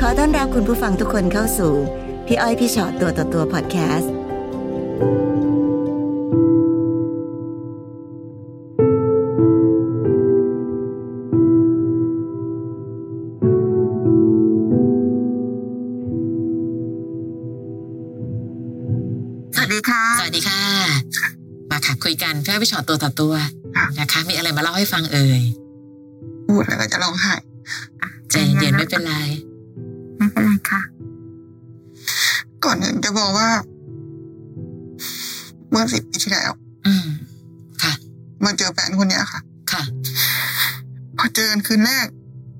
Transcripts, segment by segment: ขอต้อนรับคุณผู้ฟังทุกคนเข้าสู่ พี่อ้อยพี่ชอตตัวต่อตัวพอดแคสต์สวัสดีค่ะ สวัสดีค่ะ มาค่ะคุยกันเพื่อพี่ชอตตัวต่อตัว ครับ นะคะ มีอะไรมาเล่าให้ฟังเอ่ย พูดแล้วก็จะร้องไห้ ใจเย็นๆไม่เป็นไร ไม่เป็นไรค่ะ ก่อนอื่นจะบอกว่า เมื่อสิบปีที่แล้ว อืมค่ะ มาเจอแฟนคนเนี้ยค่ะ ค่ะ พอเจอกันคืนแรก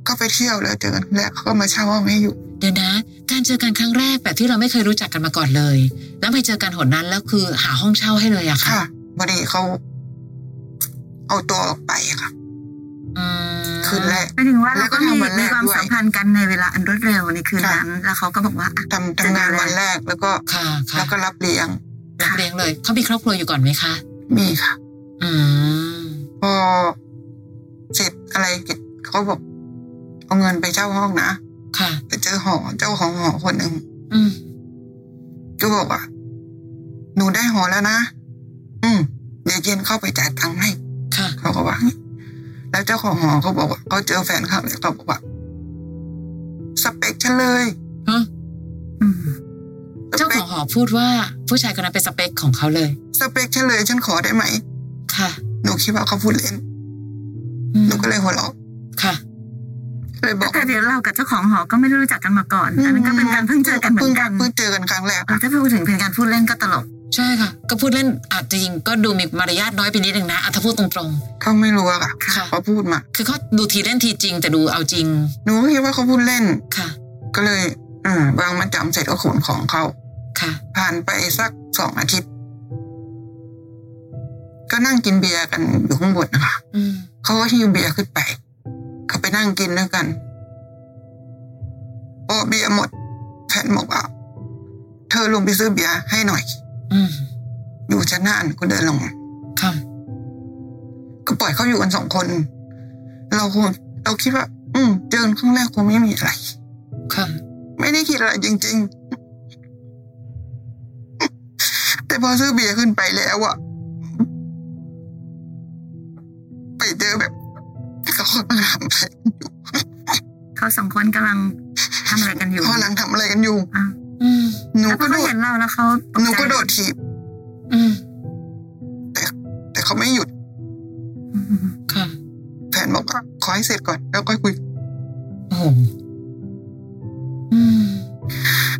ก็ไปเที่ยวแล้วเจอกันคืนแรกเขาก็มาเช่าห้องให้อยู่ เดี๋ยวนะ การเจอกันครั้งแรกแบบที่เราไม่เคยรู้จักกันมาก่อนเลย แล้วไปเจอกันหนนั้นแล้วคือหาห้องเช่าให้เลยอะค่ะ ค่ะวันนี้เขาเอาตัวออกไปค่ะ อืม คืนแรก หมายถึงว่าเราก็มี แล้วก็ทำวันแร มี ก ความ ด้วย สัมพันธ์กันในเวลาอันรวดเร็วในคืน ค่ะ นั้น แล้วเขาก็บอกว่าอ่ะ ทำทำงาน จะดูแล วันแรกแล้วก็ ค่ะค่ะ แล้วก็รับเลี้ยง รับเลี้ยงเลยเขามีครอบครัวอยู่ก่อนไหมคะ มีค่ะ อืม พอเสร็จอะไรกิจเขาบอก เอาเงินไปเช่าห้องนะ ค่ะ ไปเจอหอเจ้าของหอคนหนึ่ง อืม ก็บอกว่า หนูได้หอแล้วนะ อืม เดี๋ยวเย็นเข้าไปจ่ายตังค์ให้ ค่ะ เขาก็ว่างี้แล้วเจ้าของหอเขาบอกว่าเขาเจอแฟนเขาเลยเขาบอกว่า สเปคฉันเลย ฮะ อืม ส เจ้า เป ข ค องหอพูดว่าผู้ชายคนนั้นเป็นสเปคของเขาเลย สเปคฉันเลย ฉันขอได้ไหม ค่ะ หนูคิดว่าเขาพูดเล่น อืม หนูก็เลยหัวเราะ ค่ะ ก็เลยบอก แต่เดี๋ยวเรากับเจ้าของหอก็ไม่ได้รู้จักกันมาก่อน อันนั้นก็เป็นการเพิ่งเจอกันเหมือนกัน เพิ่งเจอกันครั้งแรก เราจะพูดถึงเป็นการพูดเล่นก็ตลก ใช่ค่ะ ก็พูดเล่นอาจจะจริงก็ดูมีมารยาทน้อยไปนิดนึงนะอะถ้าพูดตรง เขาไม่รู้อะค่ะ ๆ ค่ะ เขาพูดมา คือเขาดูทีเล่นทีจริง แต่ดูเอาจริง หนูก็คิดว่าเขาพูดเล่น ค่ะ ก็เลย อืมวางมัดจำเสร็จก็ขนของเขา ค่ะ ผ่านไปสักสองอาทิตย์ ก็นั่งกินเบียร์กันอยู่ข้างบนนะคะ อืม เขาก็หิ้วเบียร์ขึ้นไปเขาไปนั่งกินด้วยกันพอเบียร์หมดแฟนบอกว่าเธอลงไปซื้อเบียร์ให้หน่อย อืม อยู่ชั้นหน้าก็เดินลงมา ค่ะ ก็ปล่อยเขาอยู่กันสองคน เราคงเราคิดว่า อืมเดินข้างแรกคงไม่มีอะไร ค่ะ ไม่ได้คิดอะไรจริง ๆ แต่พอซื้อเบียร์ขึ้นไปแล้วอะไปเจอแบบเขากำลังทำอะไร เขาสองคนกำลังทำอะไรกันอยู่ เขากำลังทำอะไรกันอยู่ อ่ะ อืม หนู แล้ว ก็ เขาก็โดด เห็นเราแล้วเขาต หนู ใจ ก็โดดถีบ อืม แต่เขาไม่หยุด อืม ค่ะ แฟนบอกว่าขอให้เสร็จก่อนแล้วก็คุย โอ้โหอืม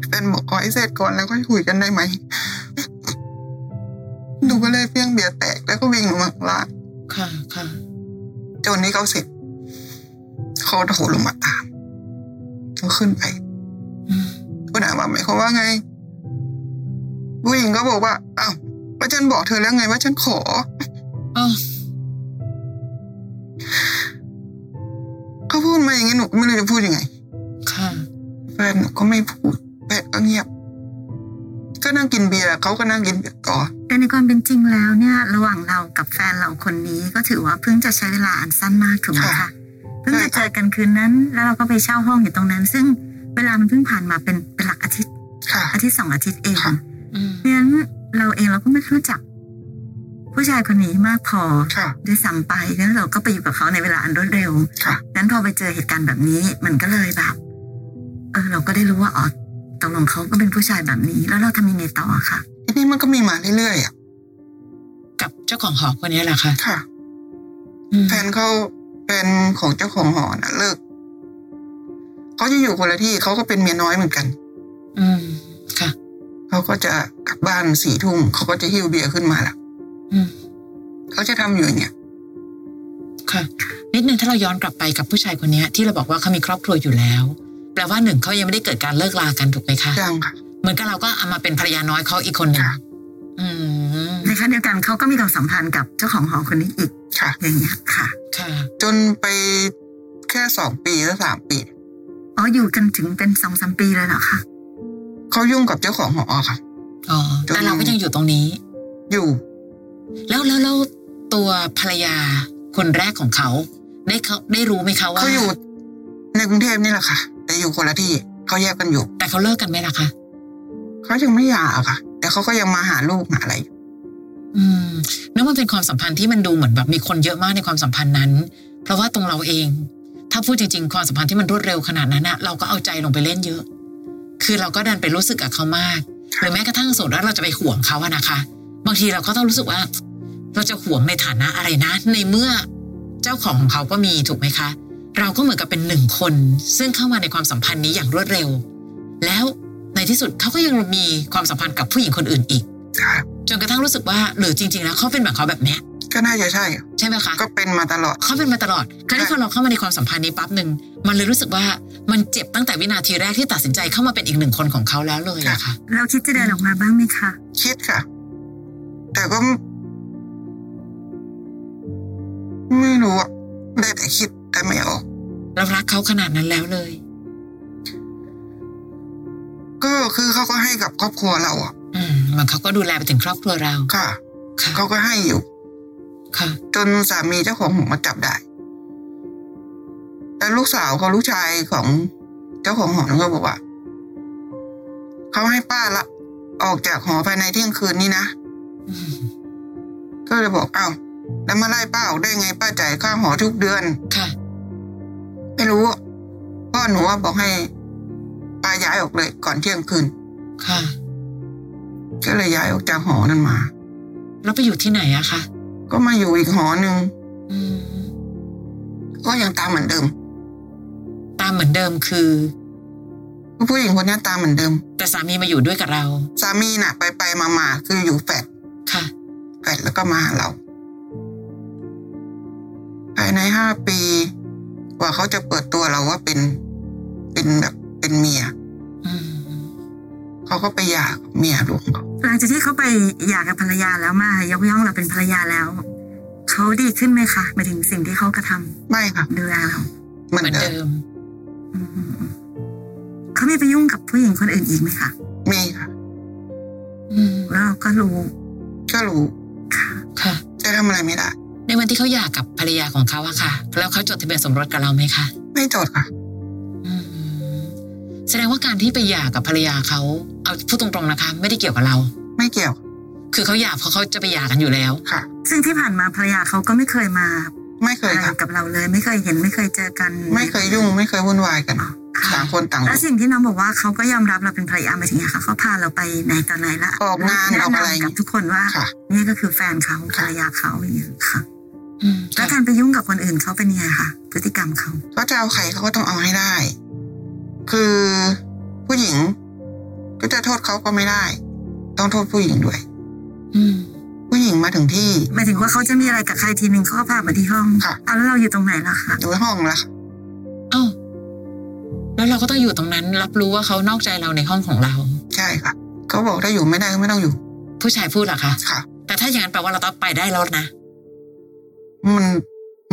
แฟนบอกขอให้เสร็จก่อนแล้วก็คุยกันได้ไหมหนูก็เลยเพี้ยงเบียร์แตกแล้วก็วิ่งลงมาข้างล่าง ค่ะค่ะ จนนี้เขาเสร็จเขาโทรลงมาตามเขาขึ้นไป อืม คุณอาว่าหมายความว่าไง ผู้หญิงก็บอกว่า อ้าวว่าฉันบอกเธอแล้วไงว่าฉันขอ อ๋อ เขาพูดมาอย่างนี้หนูก็ไม่รู้จะพูดยังไง ค่ะ แฟนหนูก็ไม่พูดแฟนก็เงียบ ก็นั่งกินเบียร์เขาก็นั่งกินเบียร์ต่อ แต่ในความเป็นจริงแล้วเนี่ย ระหว่างเรากับแฟนเราคนนี้ก็ถือว่าเพิ่งจะใช้เวลาอันสั้นมากถูกไหม ค่ะ คะเพิ่งจะเจอกันคืนนั้น แล้วเราก็ไปเช่าห้องอยู่ตรงนั้น ซึ่งเวลามันเพิ่งผ่านมาเป็นเป็นหลักอาทิตย์ ค่ะ อาทิตย์สองอาทิตย์เอง ค่ะ อืม เพราะฉะนั้นเราเองเราก็ไม่รู้จัก ผู้ชายคนนี้มากพอ ค่ะ ด้วยซ้ำไปแล้วเราก็ไปอยู่กับเขาในเวลาอันรวดเร็ว ค่ะ งั้นพอไปเจอเหตุการณ์แบบนี้ มันก็เลยแบบ เออ เราก็ได้รู้ว่าอ๋อตกลงเขาก็เป็นผู้ชายแบบนี้ แล้วเราทำยังไงต่ออะค่ะ ทีนี้มันก็มีมาเรื่อยๆอ่ะ กับเจ้าของหอคนนี้แหละค่ะ ค่ะ อืม แฟนเขาแฟนของเจ้าของหอนะเลิก เขาจะอยู่คนละที่เขาก็เป็นเมียน้อยเหมือนกัน อืมค่ะ เขาก็จะกลับบ้านสี่ทุ่มเขาก็จะหิ้วเบียร์ขึ้นมาละ อืม เขาจะทำอยู่อย่างเงี้ย ค่ะ นิดนึงถ้าเราย้อนกลับไปกับผู้ชายคนนี้ที่เราบอกว่าเขามีครอบครัวอยู่แล้วแปลว่าหนึ่งเขายังไม่ได้เกิดการเลิกลากันถูกไหมคะ ยังค่ะ เหมือนกับเราก็เอามาเป็นภรรยาน้อยเขาอีกคนหนึ่ง ค่ะ อืม ในขณะเดียวกันเขาก็มีความสัมพันธ์กับเจ้าของหอคนนี้อีก ค่ะ อย่างเงี้ยค่ะ ค่ะ จนไปแค่สองปีหรือสามปี อ๋ออยู่กันถึงเป็นสองสามปีเลยเหรอคะ เขายุ่งกับเจ้าของหอค่ะ อ๋อ แต่เราก็ยังอยู่ตรงนี้ อยู่ แล้วแล้วแล้วตัวภรรยาคนแรกของเขา ได้เขาได้รู้ไหมคะว่า เขาอยู่ในกรุงเทพนี่แหละค่ะ แต่อยู่คนละที่ เขาแยกกันอยู่ แต่เขาเลิกกันไหมล่ะคะ เขายังไม่หย่าค่ะ แต่เขาก็ยังมาหาลูกหาอะไร อืมนึกว่าเป็นความสัมพันธ์ที่มันดูเหมือนแบบมีคนเยอะมากในความสัมพันธ์นั้น เพราะว่าตรงเราเอง ถ้าพูดจริงๆ ความสัมพันธ์ที่มันรวดเร็วขนาดนั้นนะเราก็เอาใจลงไปเล่นเยอะ คือเราก็ดันไปรู้สึกกับเขามาก หรือแม้กระทั่งสมมติว่าเราจะไปห่วงเขาอะนะคะ บางทีเราก็ต้องรู้สึกว่า เราจะห่วงในฐานะอะไรนะ ในเมื่อเจ้าของของเขาก็มีถูกไหมคะ เราก็เหมือนกับเป็นหนึ่งคน ซึ่งเข้ามาในความสัมพันธ์นี้อย่างรวดเร็ว แล้วในที่สุดเขาก็ยังมีความสัมพันธ์กับผู้หญิงคนอื่นอีก ค่ะ จนกระทั่งรู้สึกว่าหรือจริง ๆ แล้วเขาเป็นแบบเขาแบบเนี้ย ก็น่าจะใช่ ใช่ไหมคะ ก็เป็นมาตลอด เขาเป็นมาตลอดคราวนี้พอเราเข้ามาในความสัมพันธ์นี้ปั๊บหนึ่งมันเลยรู้สึกว่ามันเจ็บตั้งแต่วินาทีแรกที่ตัดสินใจเข้ามาเป็นอีกหนึ่งคนของเขาแล้วเลยอะค่ะ เราคิดจะเดินออกมาบ้างไหมคะ คิดค่ะ แต่ก็ ไม่รู้อะได้แต่คิดแต่ไม่ออก เรารักเขาขนาดนั้นแล้วเลย ก็คือเขาก็ให้กับครอบครัวเราอะ อืมมันเขาก็ดูแลไปถึงครอบครัวเรา ค่ะ ค่ะ เขาก็ให้อยู่ ค่ะ จนสามีเจ้าของหอมาจับได้ แต่ลูกสาวของลูกชายของเจ้าของหอก็บอกว่า เขาให้ป้าละ ออกจากหอภายในเที่ยงคืนนี้นะ อืม ก็เลยบอกเอ้าแล้วมาไล่ป้าออกได้ไงป้าจ่ายค่าหอทุกเดือน ค่ะ ไม่รู้อะพ่อหนูว่าบอกให้ป้าย้ายออกเลย ก่อนเที่ยงคืน ค่ะ ก็เลยย้ายออกจากหอนั้นมา แล้วไปอยู่ที่ไหนอะคะ ก็มาอยู่อีกหอหนึ่ง อืม ก็ยังตามเหมือนเดิม ตามเหมือนเดิมคือ ผู้หญิงคนนี้ตามเหมือนเดิม แต่สามีมาอยู่ด้วยกับเรา สามีน่ะ ไปไปมามาคืออยู่แปด ค่ะ แฟดแล้วก็มาหาเรา ภายในห้าปี กว่าเขาจะเปิดตัวเราว่าเป็น เป็นแบบเป็นเมีย อืม เขาก็ไปหย่ากับเมียลูกเขา หลังจากที่เขาไปหย่ากับภรรยาแล้วมายกย่องเราเป็นภรรยาแล้ว เขาดีขึ้นไหมคะหมายถึงสิ่งที่เขากระทำ ไม่ค่ะ ดูแลเรา เหมือน เหมือน เดิ เดิ ม ม อืมเขาไม่ไปยุ่งกับผู้หญิงคนอื่นอีกไหมคะ มีค่ะ อืม แล้วเราก็รู้ ก็รู้ ค่ะ ค่ะ จะทำอะไรไม่ได้ ในวันที่เขาหย่ากับภรรยาของเขาอะค่ะ แล้วเขาจดทะเบียนสมรสกับเราไหมคะ ไม่จดค่ะ แสดงว่าการที่ไปหย่ากับภรรยาเขาเอาพูดตรงๆนะคะ ไม่ได้เกี่ยวกับเรา ไม่เกี่ยว คือเขาหย่าเพราะเขาจะไปหย่ากันอยู่แล้ว ค่ะ ซึ่งที่ผ่านมาภรรยาเขาก็ไม่เคยมา ไม่เค อะ ย ไร ค่ะ กับเราเลย ไม่เคยเห็นไม่เคยเจอกัน ไม่เคยยุ่ง ไม่เคยวุ่นวายกัน อ๋อค่ะ ต่างคนต่างอ แล้ ยู่ วสิ่งที่น้องบอกว่าเขาก็ยอมรับเราเป็นภรรยาหมายถึงไงคะเขาพาเราไปไหนต่อไหนละ ออกงาน แนะ ออกอะไร นำกับทุกคนว่า ค่ะ นี่ก็คือแฟนเขาภร ค่ะ รยาเขาอย่างเงี้ยค่ะ อืม แล้วการไปยุ่งกับคนอื่นเขาเป็นยังไงคะพฤติกรรมเขา เขาจะเอาใครเขาก็ต้องเอาให้ได้ คือผู้หญิง ก็จะโทษเขาก็ไม่ได้ ต้องโทษผู้หญิงด้วย อืม ผู้หญิงมาถึงที่ หมายถึงว่าเขาจะมีอะไรกับใครทีหนึ่งเขาก็พามาที่ห้อง ค่ะ เอาแล้วเราอยู่ตรงไหนล่ะคะ ดูห้องละ เอ้าแล้วเราก็ต้องอยู่ตรงนั้น รับรู้ว่าเขานอกใจเราในห้องของเรา ใช่ค่ะ เขาบอกถ้าอยู่ไม่ได้ก็ไม่ต้องอยู่ ผู้ชายพูดเหรอคะ ค่ะ แต่ถ้าอย่างนั้นแปลว่าเราต้องไปได้แล้วนะ มัน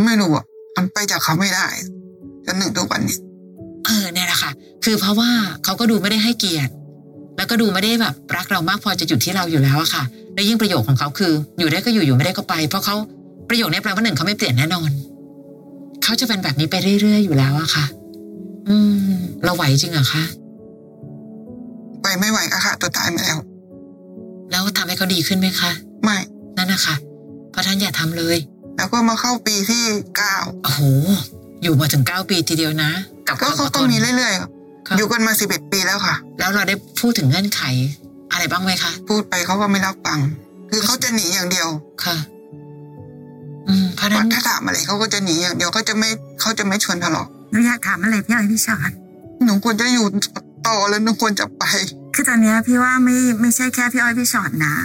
ไม่รู้อ่ะมันไปจากเขาไม่ได้จนหนึ่งทุกวันนี้ เออเนี่ยแหละค่ะ คือเพราะว่าเขาก็ดูไม่ได้ให้เกียรติ แล้วก็ดูไม่ได้แบบรักเรามากพอจะหยุดที่เราอยู่แล้วอะค่ะ และยิ่งประโยคของเขาคือ อยู่ได้ก็อยู่อยู่ไม่ได้ก็ไป เพราะเขาประโยคเนี้ยแปลว่าหนึ่งเขาไม่เปลี่ยนแน่นอน เขาจะเป็นแบบนี้ไปเรื่อยๆอยู่แล้วอะค่ะ อืม เราไหวจริงเหรอะคะ ไปไม่ไหวก็ค่ะ ตัวตายมาแล้ว แล้วทำให้เขาดีขึ้นไหมคะ ไม่ นั่นนะคะเพราะท่านอย่าทำเลย แล้วก็มาเข้าปีที่เก้า โอ้โห อยู่มาถึงเก้าปีทีเดียวนะ กับ ก็ วาม เขา อดท ก็ น มีเรื่อยๆครับ ค่ะ อยู่กันมาสิบเอ็ดปีแล้วค่ะ แล้วเราได้พูดถึงเงื่อนไข อะไรบ้างไหมคะ พูดไปเขาก็ไม่รับฟัง คือเขาจะหนีอย่างเดียว ค่ะ อืมเพราะฉะนั้น ถ้าถามอะไรเขาก็จะหนีอย่างเดียวเขาจะไม่เขาจะไม่ชวนทะเลาะ หนูอยากถามอะไรพี่อ้อยพี่ชอน หนูควรจะอยู่ต่อแล้วหนูควรจะไป คือตอนเนี้ยพี่ว่าไม่ไม่ใช่แค่พี่อ้อยพี่ชอตนะ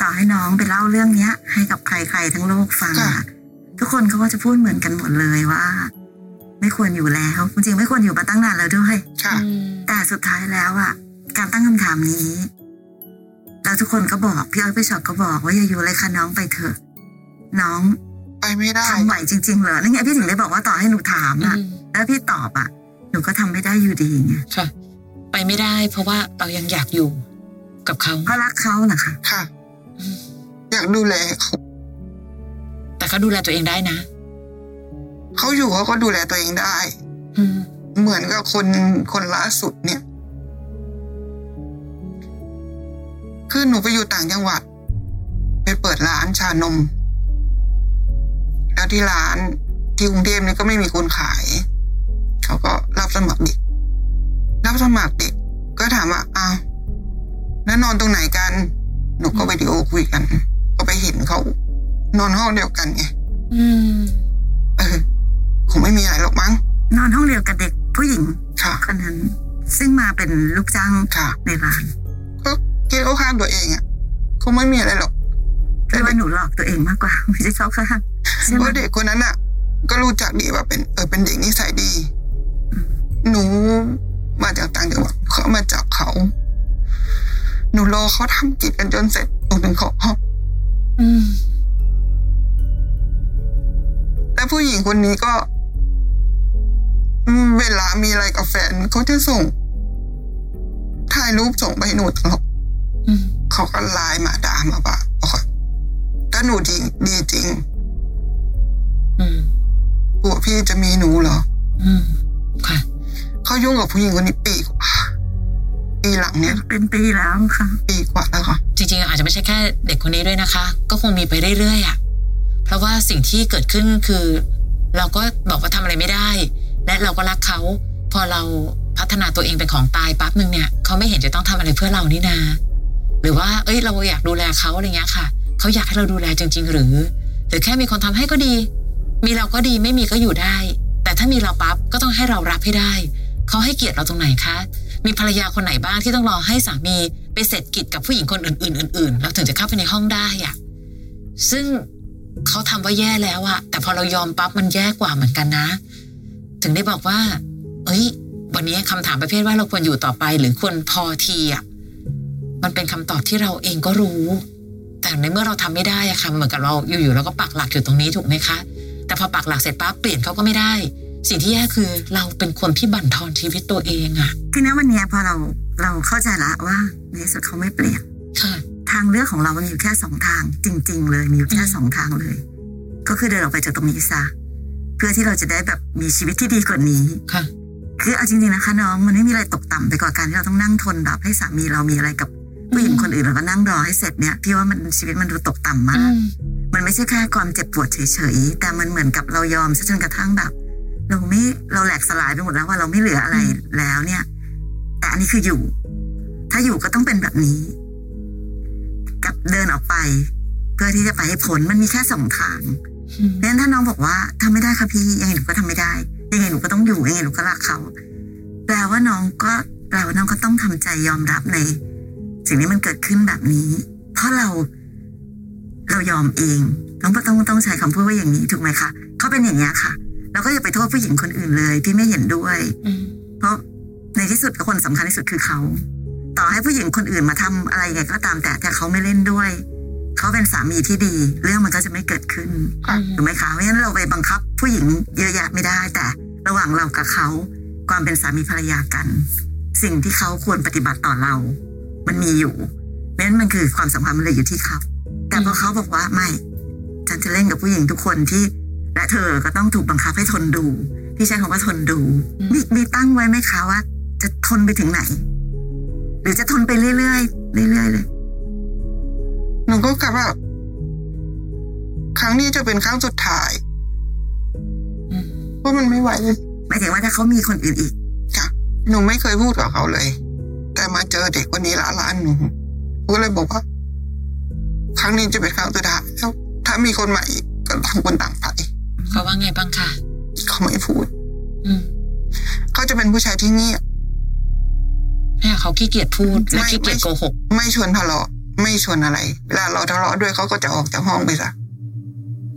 ต่อให้น้องไปเล่าเรื่องเนี้ย ให้กับใครๆทั้งโลกฟังอะ ค่ะ ทุกคนเขาก็จะพูดเหมือนกันหมดเลยว่า ไม่ควรอยู่แล้วจริงๆไม่ควรอยู่มาตั้งนานแล้วด้วย ค่ะ อืม แต่สุดท้ายแล้วอ่ะ การตั้งคำถามนี้ แล้วทุกคนก็บอกพี่อ้อยพี่ชอตก็บอกว่าอย่าอยู่เลยค่ะน้องไปเถอะ น้อง ไปไม่ได้ ทำไหวจริงๆเหรอนั่นไงพี่ถึงได้บอกว่าต่อให้หนูถาม อื อ่ะ ม แล้วพี่ตอบอ่ะ หนูก็ทำไม่ได้อยู่ดีไง ค่ะ ไปไม่ได้ เพราะว่าเรายังอยากอยู่กับเขา เพราะรักเขาเหรอคะ ค่ะ อืม อยากดูแลเขา แต่เขาดูแลตัวเองได้นะ เขาอยู่เขาก็ดูแลตัวเองได้ อืม เหมือนกับคนคนล่าสุดเนี่ย ขึ้นหนูไปอยู่ต่างจังหวัด ไปเปิดร้านชานม แล้วที่ร้านที่กรุงเทพนี่ก็ไม่มีคนขาย เขาก็รับสมัครเด็ก รับสมัครเด็ก ก็ถามว่าอ้าวแล้วนอนตรงไหนกัน หนูก็วิดีโอคุยกัน ก็ไปเห็นเขา นอนห้องเดียวกันไง อืม เออคงไม่มีอะไรหรอกมั้ง นอนห้องเดียวกับเด็กผู้หญิง ค่ะ คนนั้น ซึ่งมาเป็นลูกจ้าง ค่ะ ในร้าน ก็คิดเอาข้างตัวเองอ่ะ คงไม่มีอะไรหรอก คือว่าหนูหลอกตัวเองมากกว่าไม่ใช่ชอบข้างใช่ไห เพ ม ราะเด็กคนนั้นอ่ะ ก็รู้จักดีว่าเป็นเออเป็นเด็กนิสัยดี หนูมาจากต่างจังหวัดเขามาจากเขา หนูรอเขาทำกิจกันจนเสร็จหนูถึงเขาห้อง อืม แต่ผู้หญิงคนนี้ก็อืมเวลามีอะไรกับแฟนเขาจะส่งถ่ายรูปส่งไปให้หนูตลอด อืม เขาก็ไลน์มาด่ามาว่าโอ้ยก็หนูจริงดีจริง อืม ผัวพี่จะมีหนูเหรอ อืม ค่ะ เขายุ่งกับผู้หญิงคนนี้ปีกว่าปีหลังเนี่ย เป็นปีแล้วค่ะ ปีกว่าแล้วค่ะ จริงๆ อาจจะไม่ใช่แค่เด็กคนนี้ด้วยนะคะ ก็คงมีไปเรื่อยๆอะเพราะว่าสิ่งที่เกิดขึ้นคือ เราก็บอกว่าทำอะไรไม่ได้ และเราก็รักเขา พอเราพัฒนาตัวเองเป็นของตายปั๊บหนึ่งเนี่ยเขาไม่เห็นจะต้องทำอะไรเพื่อเรานี่นา หรือว่าเอ้ยเราอยากดูแลเขาอะไรเงี้ยค่ะเขาอยากให้เราดูแลจริง ๆ หรือ หรือแค่มีคนทำให้ก็ดี มีเราก็ดีไม่มีก็อยู่ได้ แต่ถ้ามีเราปั๊บก็ต้องให้เรารับให้ได้เขาให้เกียรติเราตรงไหนคะ มีภรรยาคนไหนบ้างที่ต้องรอให้สามีไปเสร็จกิจกับผู้หญิงคนอื่นๆอื่นๆแล้วถึงจะเข้าไปในห้องได้อะซึ่งเขาทำว่าแย่แล้วอะแต่พอเรายอมปั๊บมันแย่กว่าเหมือนกันนะ ถึงได้บอกว่า เอ้ย วันนี้คำถามประเภทว่าเราควรอยู่ต่อไปหรือควรพอทีอะมันเป็นคำตอบที่เราเองก็รู้ แต่ในเมื่อเราทำไม่ได้อะค่ะเหมือนกับเราอยู่ๆเราก็ปักหลักอยู่ตรงนี้ถูกไหมคะ แต่พอปักหลักเสร็จปั๊บเปลี่ยนเขาก็ไม่ได้ สิ่งที่แย่คือเราเป็นคนที่บั่นทอนชีวิตตัวเองอะ ทีนี้วันเนี้ยพอเราเราเข้าใจละว่า ในที่สุดเขาไม่เปลี่ยน ค่ะ ทางเลือกของเรามันมีอยู่แค่สองทาง จริง ๆ เลยมีอยู่แค่ อืม สองทางเลย ก็คือเดินออกไปจากตรงนี้ซะเพื่อที่เราจะได้แบบมีชีวิตที่ดีกว่านี้ ค่ะ คือเอาจริงๆนะคะน้องมันไม่มีอะไรตกต่ำไปกว่าการที่เราต้องนั่งทนแบบให้สามีเรามีอะไรกับผู้หญิงคนอื่นแล้วก็นั่งรอให้เสร็จเนี่ยพี่ว่ามันชีวิตมันดูตกต่ำมาก มันไม่ใช่แค่ความเจ็บปวดเฉยๆ แต่มันเหมือนกับเรายอมซะจนกระทั่งแบบ เราไม่เราแหลกสลายไปหมดแล้วว่าเราไม่เหลืออะไรแล้วเนี่ย แต่อันนี้คืออยู่ ถ้าอยู่ก็ต้องเป็นแบบนี้ กับเดินออกไป เพื่อที่จะไปให้ผลมันมีแค่สองทาง อืม เพราะฉะนั้นถ้าน้องบอกว่าทำไม่ได้ค่ะพี่ยังไงหนูก็ทำไม่ได้ ยังไงหนูก็ต้องอยู่ยังไงหนูก็รักเขาแปลว่าน้องก็แปลว่าน้องก็ต้องทำใจยอมรับใน สิ่งที่มันเกิดขึ้นแบบนี้ เพราะเรา เรายอมเองต้องต้องต้องใช้คำพูดว่าอย่างนี้ถูกไหมคะเขาเป็นอย่างนี้ยค่ะ เราก็อย่าไปโทษผู้หญิงคนอื่นเลย พี่ไม่เห็นด้วย อืม เพราะในที่สุดคนสำคัญที่สุดคือเขา ต่อให้ผู้หญิงคนอื่นมาทำอะไรยังไงก็ตามแต่ถ้าเขาไม่เล่นด้วย เขาเป็นสามีที่ดี เรื่องมันก็จะไม่เกิดขึ้น ค่ะ ถูกไหมคะเพราะฉะนั้นเราไปบังคับ ผู้หญิงเยอะแยะไม่ได้ แต่ระหว่างเรากับเขา ความเป็นสามีภรรยากัน สิ่งที่เขาควรปฏิบัติต่อเรา มันมีอยู่เพราะฉะนั้นมันคือความสัมพันธ์มันเลยอยู่ที่เขาแต่พอเขาบอกว่าไม่ ฉันจะเล่นกับผู้หญิงทุกคนที่ และเธอก็ต้องถูกบังคับให้ทนดู พี่ใช้คำว่าทนดู อืม มีมีตั้งไว้ไหมคะว่า จะทนไปถึงไหน หรือจะทนไปเรื่อยๆเรื่อยๆเลย หนูก็กลับว่า ครั้งนี้จะเป็นครั้งสุดท้าย อืม เพราะมันไม่ไหวเลย หมายถึงว่าถ้าเขามีคนอื่นอีก ค่ะ หนูไม่เคยพูดกับเขาเลย แต่มาเจอเด็กคนนี้ละร้านหนูหนูก็เลยบอกว่า ครั้งนี้จะเป็นครั้งสุดท้ายแล้วถ้ามีคนใหม่อีกก็ต่างคนต่างไป เขาว่าไงบ้างคะ เขาไม่พูด อืม เขาจะเป็นผู้ชายที่เงียบ เนี่ยเขาขี้เกียจพูดและ ไม่ ขี้เกียจโกหก ไม่ชวนทะเลาะไม่ชวนอะไรเวลาเราทะเลาะด้วยเขาก็จะออกจากห้องไปซะ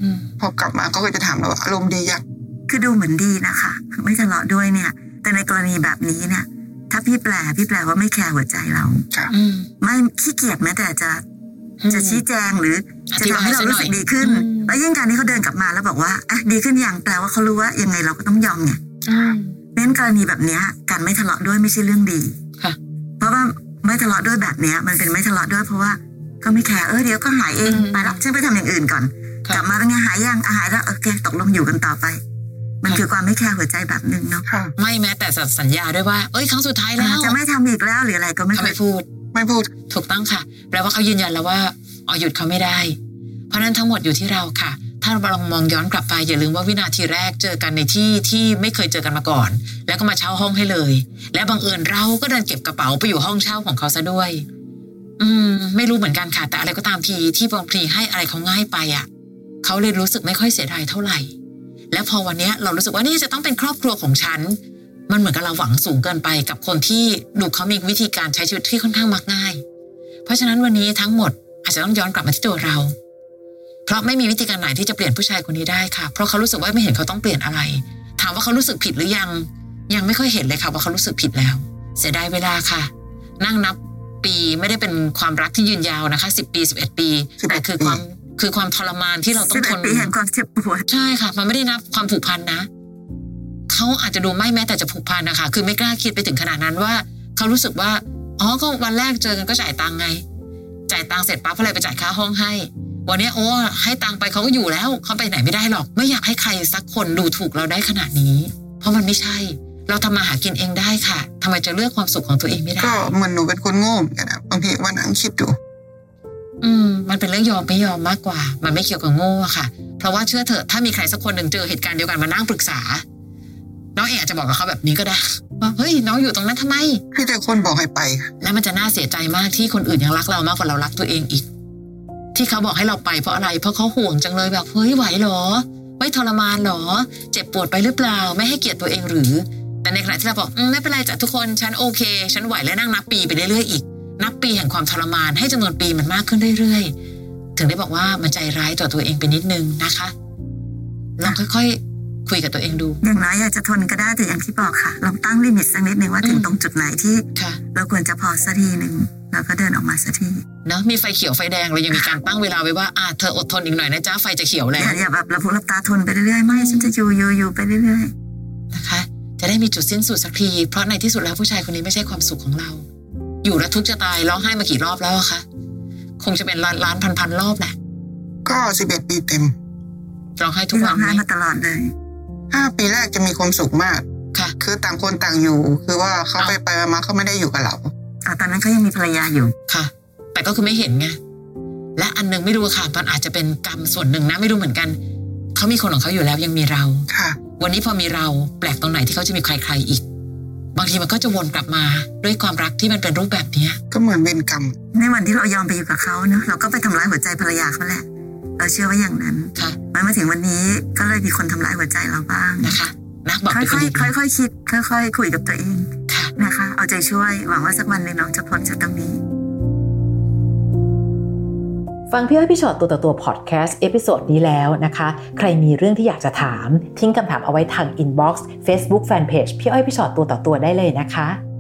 อืม พอกลับมาเขาก็จะถามเราว่าอารมณ์ดียัง คือดูเหมือนดีนะคะ ไม่ทะเลาะด้วยเนี่ย แต่ในกรณีแบบนี้เนี่ย ถ้าพี่แปลพี่แปลว่าไม่แคร์หัวใจเรา อืม ไม่ขี้เกียจแม้แต่จะ อืม จะชี้แจงหรือ อ จะ ธิบา ทำ ย ให้เรารู้ สักหสึน่อย กดีขึ้น อืม แล้วยิ่งการที่เขาเดินกลับมาแล้วบอกว่าอ่ะดีขึ้นยังแปลว่าเขารู้ว่ายังไงเราก็ต้องยอมไง อืม เพราะฉะนั้นกรณีแบบเนี้ยการไม่ทะเลาะด้วยไม่ใช่เรื่องดี ค่ะ เพราะว่าไม่ทะเลาะด้วยแบบเนี้ย มันเป็นไม่ทะเลาะด้วยเพราะว่าก็ไม่แคร์เออเดี๋ยวก็หายเองไปละฉันไปทำอย่างอื่นก่อน ค่ะ กลับมาเป็นไงหายยังอ่ะหายแล้วโอเคตกลงอยู่กันต่อไป มัน ค่ะ คือความไม่แคร์หัวใจแบบหนึ่งเนาะ ค่ะ ไม่แม้แต่สัญญาด้วยว่า เอ้ยครั้งสุดท้ายแล้ว จะไม่ทำอีกแล้วหรืออะไรก็ไม่ เขา เคย ไม่พูด ไม่พูด ถูกต้องค่ะ แปลว่าเขายืนยันแล้วว่าอ๋อหยุดเขาไม่ได้ เพราะฉะนั้นทั้งหมดอยู่ที่เราค่ะ ถ้าเรามองย้อนกลับไปอย่าลืมว่าวินาทีแรกเจอกันในที่ที่ไม่เคยเจอกันมาก่อน แล้วก็มาเช่าห้องให้เลย และบังเอิญเราก็เดินเก็บกระเป๋าไปอยู่ห้องเช่าของเขาซะด้วย อืม ไม่รู้เหมือนกันค่ะ แต่อะไรก็ตามทีที่บางทีให้อะไรเขาง่ายไปอ่ะ เขาเลยรู้สึกไม่ค่อยเสียดายเท่าไหร่ แล้วพอวันเนี้ยเรารู้สึกว่านี่จะต้องเป็นครอบครัวของฉัน มันเหมือนกับเราหวังสูงเกินไปกับคนที่ดูเขามีวิธีการใช้ชีวิตที่ค่อนข้างมักง่าย เพราะฉะนั้นวันนี้ทั้งหมดอาจจะต้องย้อนกลับมาที่ตัวเรา เพราะไม่มีวิธีการไหนที่จะเปลี่ยนผู้ชายคนนี้ได้ค่ะ เพราะเขารู้สึกว่าไม่เห็นเขาต้องเปลี่ยนอะไร ถามว่าเขารู้สึกผิดหรือยัง ยังไม่ค่อยเห็นเลยค่ะว่าเขารู้สึกผิดแล้ว เสียดายเวลาค่ะ นั่งนับปีไม่ได้เป็นความรักที่ยืนยาวนะคะ10ปี11 ปี 11 แต่คือความคือความทรมานที่เราต้อ สิ ง บ ท เอ็ด น ปีแห่งความเจ็บปวด ใช่ค่ะ มันไม่ได้นับความผูกพันนะ เขาอาจจะดูไม่แม้แต่จะผูกพันนะคะ คือไม่กล้าคิดไปถึงขนาดนั้นว่า เขารู้สึกว่า อ๋อ ก็วันแรกเจอกันก็จ่ายตังค์ไง จ่ายตังค์เสร็จปั๊บอะไรไปจ่ายค่าห้องให้ วันเนี้ยโอ้ให้ตังค์ไปเขาก็อยู่แล้ว เขาไปไหนไม่ได้หรอก ไม่อยากให้ใครสักคนดูถูกเราได้ขนาดนี้ เพราะมันไม่ใช่ เราทำมาหากินเองได้ค่ะทำไมจะเลือกความสุขของตัวเองไม่ได้ ก็เหมือนหนูเป็นคนโง่เหมือนกันอะบางทีวันนั่งคิดดู อืมมันเป็นเรื่องยอมไม่ยอมมากกว่า มันไม่เกี่ยวกับโง่อะค่ะ เพราะว่าเชื่อเถอะถ้ามีใครสักคนหนึ่งเจอเหตุการณ์เดียวกันมานั่งปรึกษา น้องเออาจจะบอกกับเขาแบบนี้ก็ได้ ว่าเฮ้ยน้องอยู่ตรงนั้นทำไม พี่แต่คนบอกให้ไปค่ะ แล้วมันจะน่าเสียใจมากที่คนอื่นยังรักเรามากกว่าเรารักตัวเองอีก ที่เขาบอกให้เราไปเพราะอะไร เพราะเขาห่วงจังเลยแบบเฮ้ยไหวเหรอ ไม่ทรมานเหรอ เจ็บปวดไปหรือเปล่า ไม่ให้เกียรติตัวเองหรือ แต่ในขณะที่เราบอกอืมไม่เป็นไรจ้ะทุกคนฉันโอเค ฉันไหวและนั่งนับปีไปเรื่อยๆอีก นับปีแห่งความทรมานให้จำนวนปีมันมากขึ้นเรื่อยๆ ถึงได้บอกว่ามันใจร้ายต่อตัวเองไปนิดนึงนะคะลองค่อยๆ คุยกับตัวเองดู อย่างน้อยอยากจะทนก็ได้แต่อย่างที่บอกค่ะ ลองตั้งลิมิตสักนิดหนึ่งว่าถึงตรงจุดไหนที่ ค่ะ เราควรจะพอสักทีหนึ่งแล้วก็เดินออกมาสักที เนอะมีไฟเขียวไฟแดงเรายังมีการตั้งเวลาไว้ว่าอ่ะเธออดทนอีกหน่อยนะจ้าไฟจะเขียว อ แล้ว ย่าอย่าแบบระพุรับตาทนไปเรื่อยๆไม่ฉันจะอยู่อยู่อยู่ไปเรื่อย นะคะจะได้มีจุดสิ้นสุดสักที เพราะในที่สุดแล้วผู้ชายคนนี้ไม่ใช่ความสุขของเรา อยู่แล้วทุกข์จะตายร้องไห้มากี่รอบแล้วอะคะ คงจะเป็นล้านล้านพันพันรอบแหละ ก็สิบเอ็ดปีเต็ม ร้องไห้ ๆ ทุก ที่ร้ วั อน ง ไหม ไห้มาตลอดเลย ห้าปีแรกจะมีความสุขมาก ค่ะ คือต่างคนต่างอยู่ คือว่าเขาไปไปมาๆเขาไม่ได้อยู่กับเรา อ่ะตอนนั้นเขายังมีภรรยาอยู่ ค่ะ แต่ก็คือไม่เห็นไง และอันหนึงไม่รู้ค่ะมันอาจจะเป็นกรรมส่วนหนึ่งนะไม่รู้เหมือนกัน เขามีคนของเขาอยู่แล้วยังมีเรา ค่ะ วันนี้พอมีเราแปลกตรงไหนที่เขาจะมีใครๆอีก บางทีมันก็จะวนกลับมาด้วยความรักที่มันเป็นรูปแบบเนี้ย ก็เหมือนเวรกรรม ในวันที่เรายอมไปอยู่กับเขาเนอะเราก็ไปทำร้ายหัวใจภรรยาเขาแหละ เราเชื่อว่าอย่างนั้น ค่ะ มันมาถึงวันนี้ก็เลยมีคนทำร้ายหัวใจเราบ้าง นะคะนักบอก ค่ ไป อย ดี ๆค่อยๆคิด ค่อยๆคุยกับตัวเอง ๆค่ะ นะคะ เอาใจช่วยหวังว่าสักวันหนึ่งน้องจะพ้นจากตรงนี้ ฟังพี่อ้อยพี่ชอตตัวต่อตัวพอดแคสต์เอพิโซดนี้แล้วนะคะ ใครมีเรื่องที่อยากจะถาม ทิ้งคำถามเอาไว้ทางอินบ็อกซ์เฟซบุ๊กแฟนเพจพี่อ้อยพี่ชอตตัวต่อตัวได้เลยนะคะ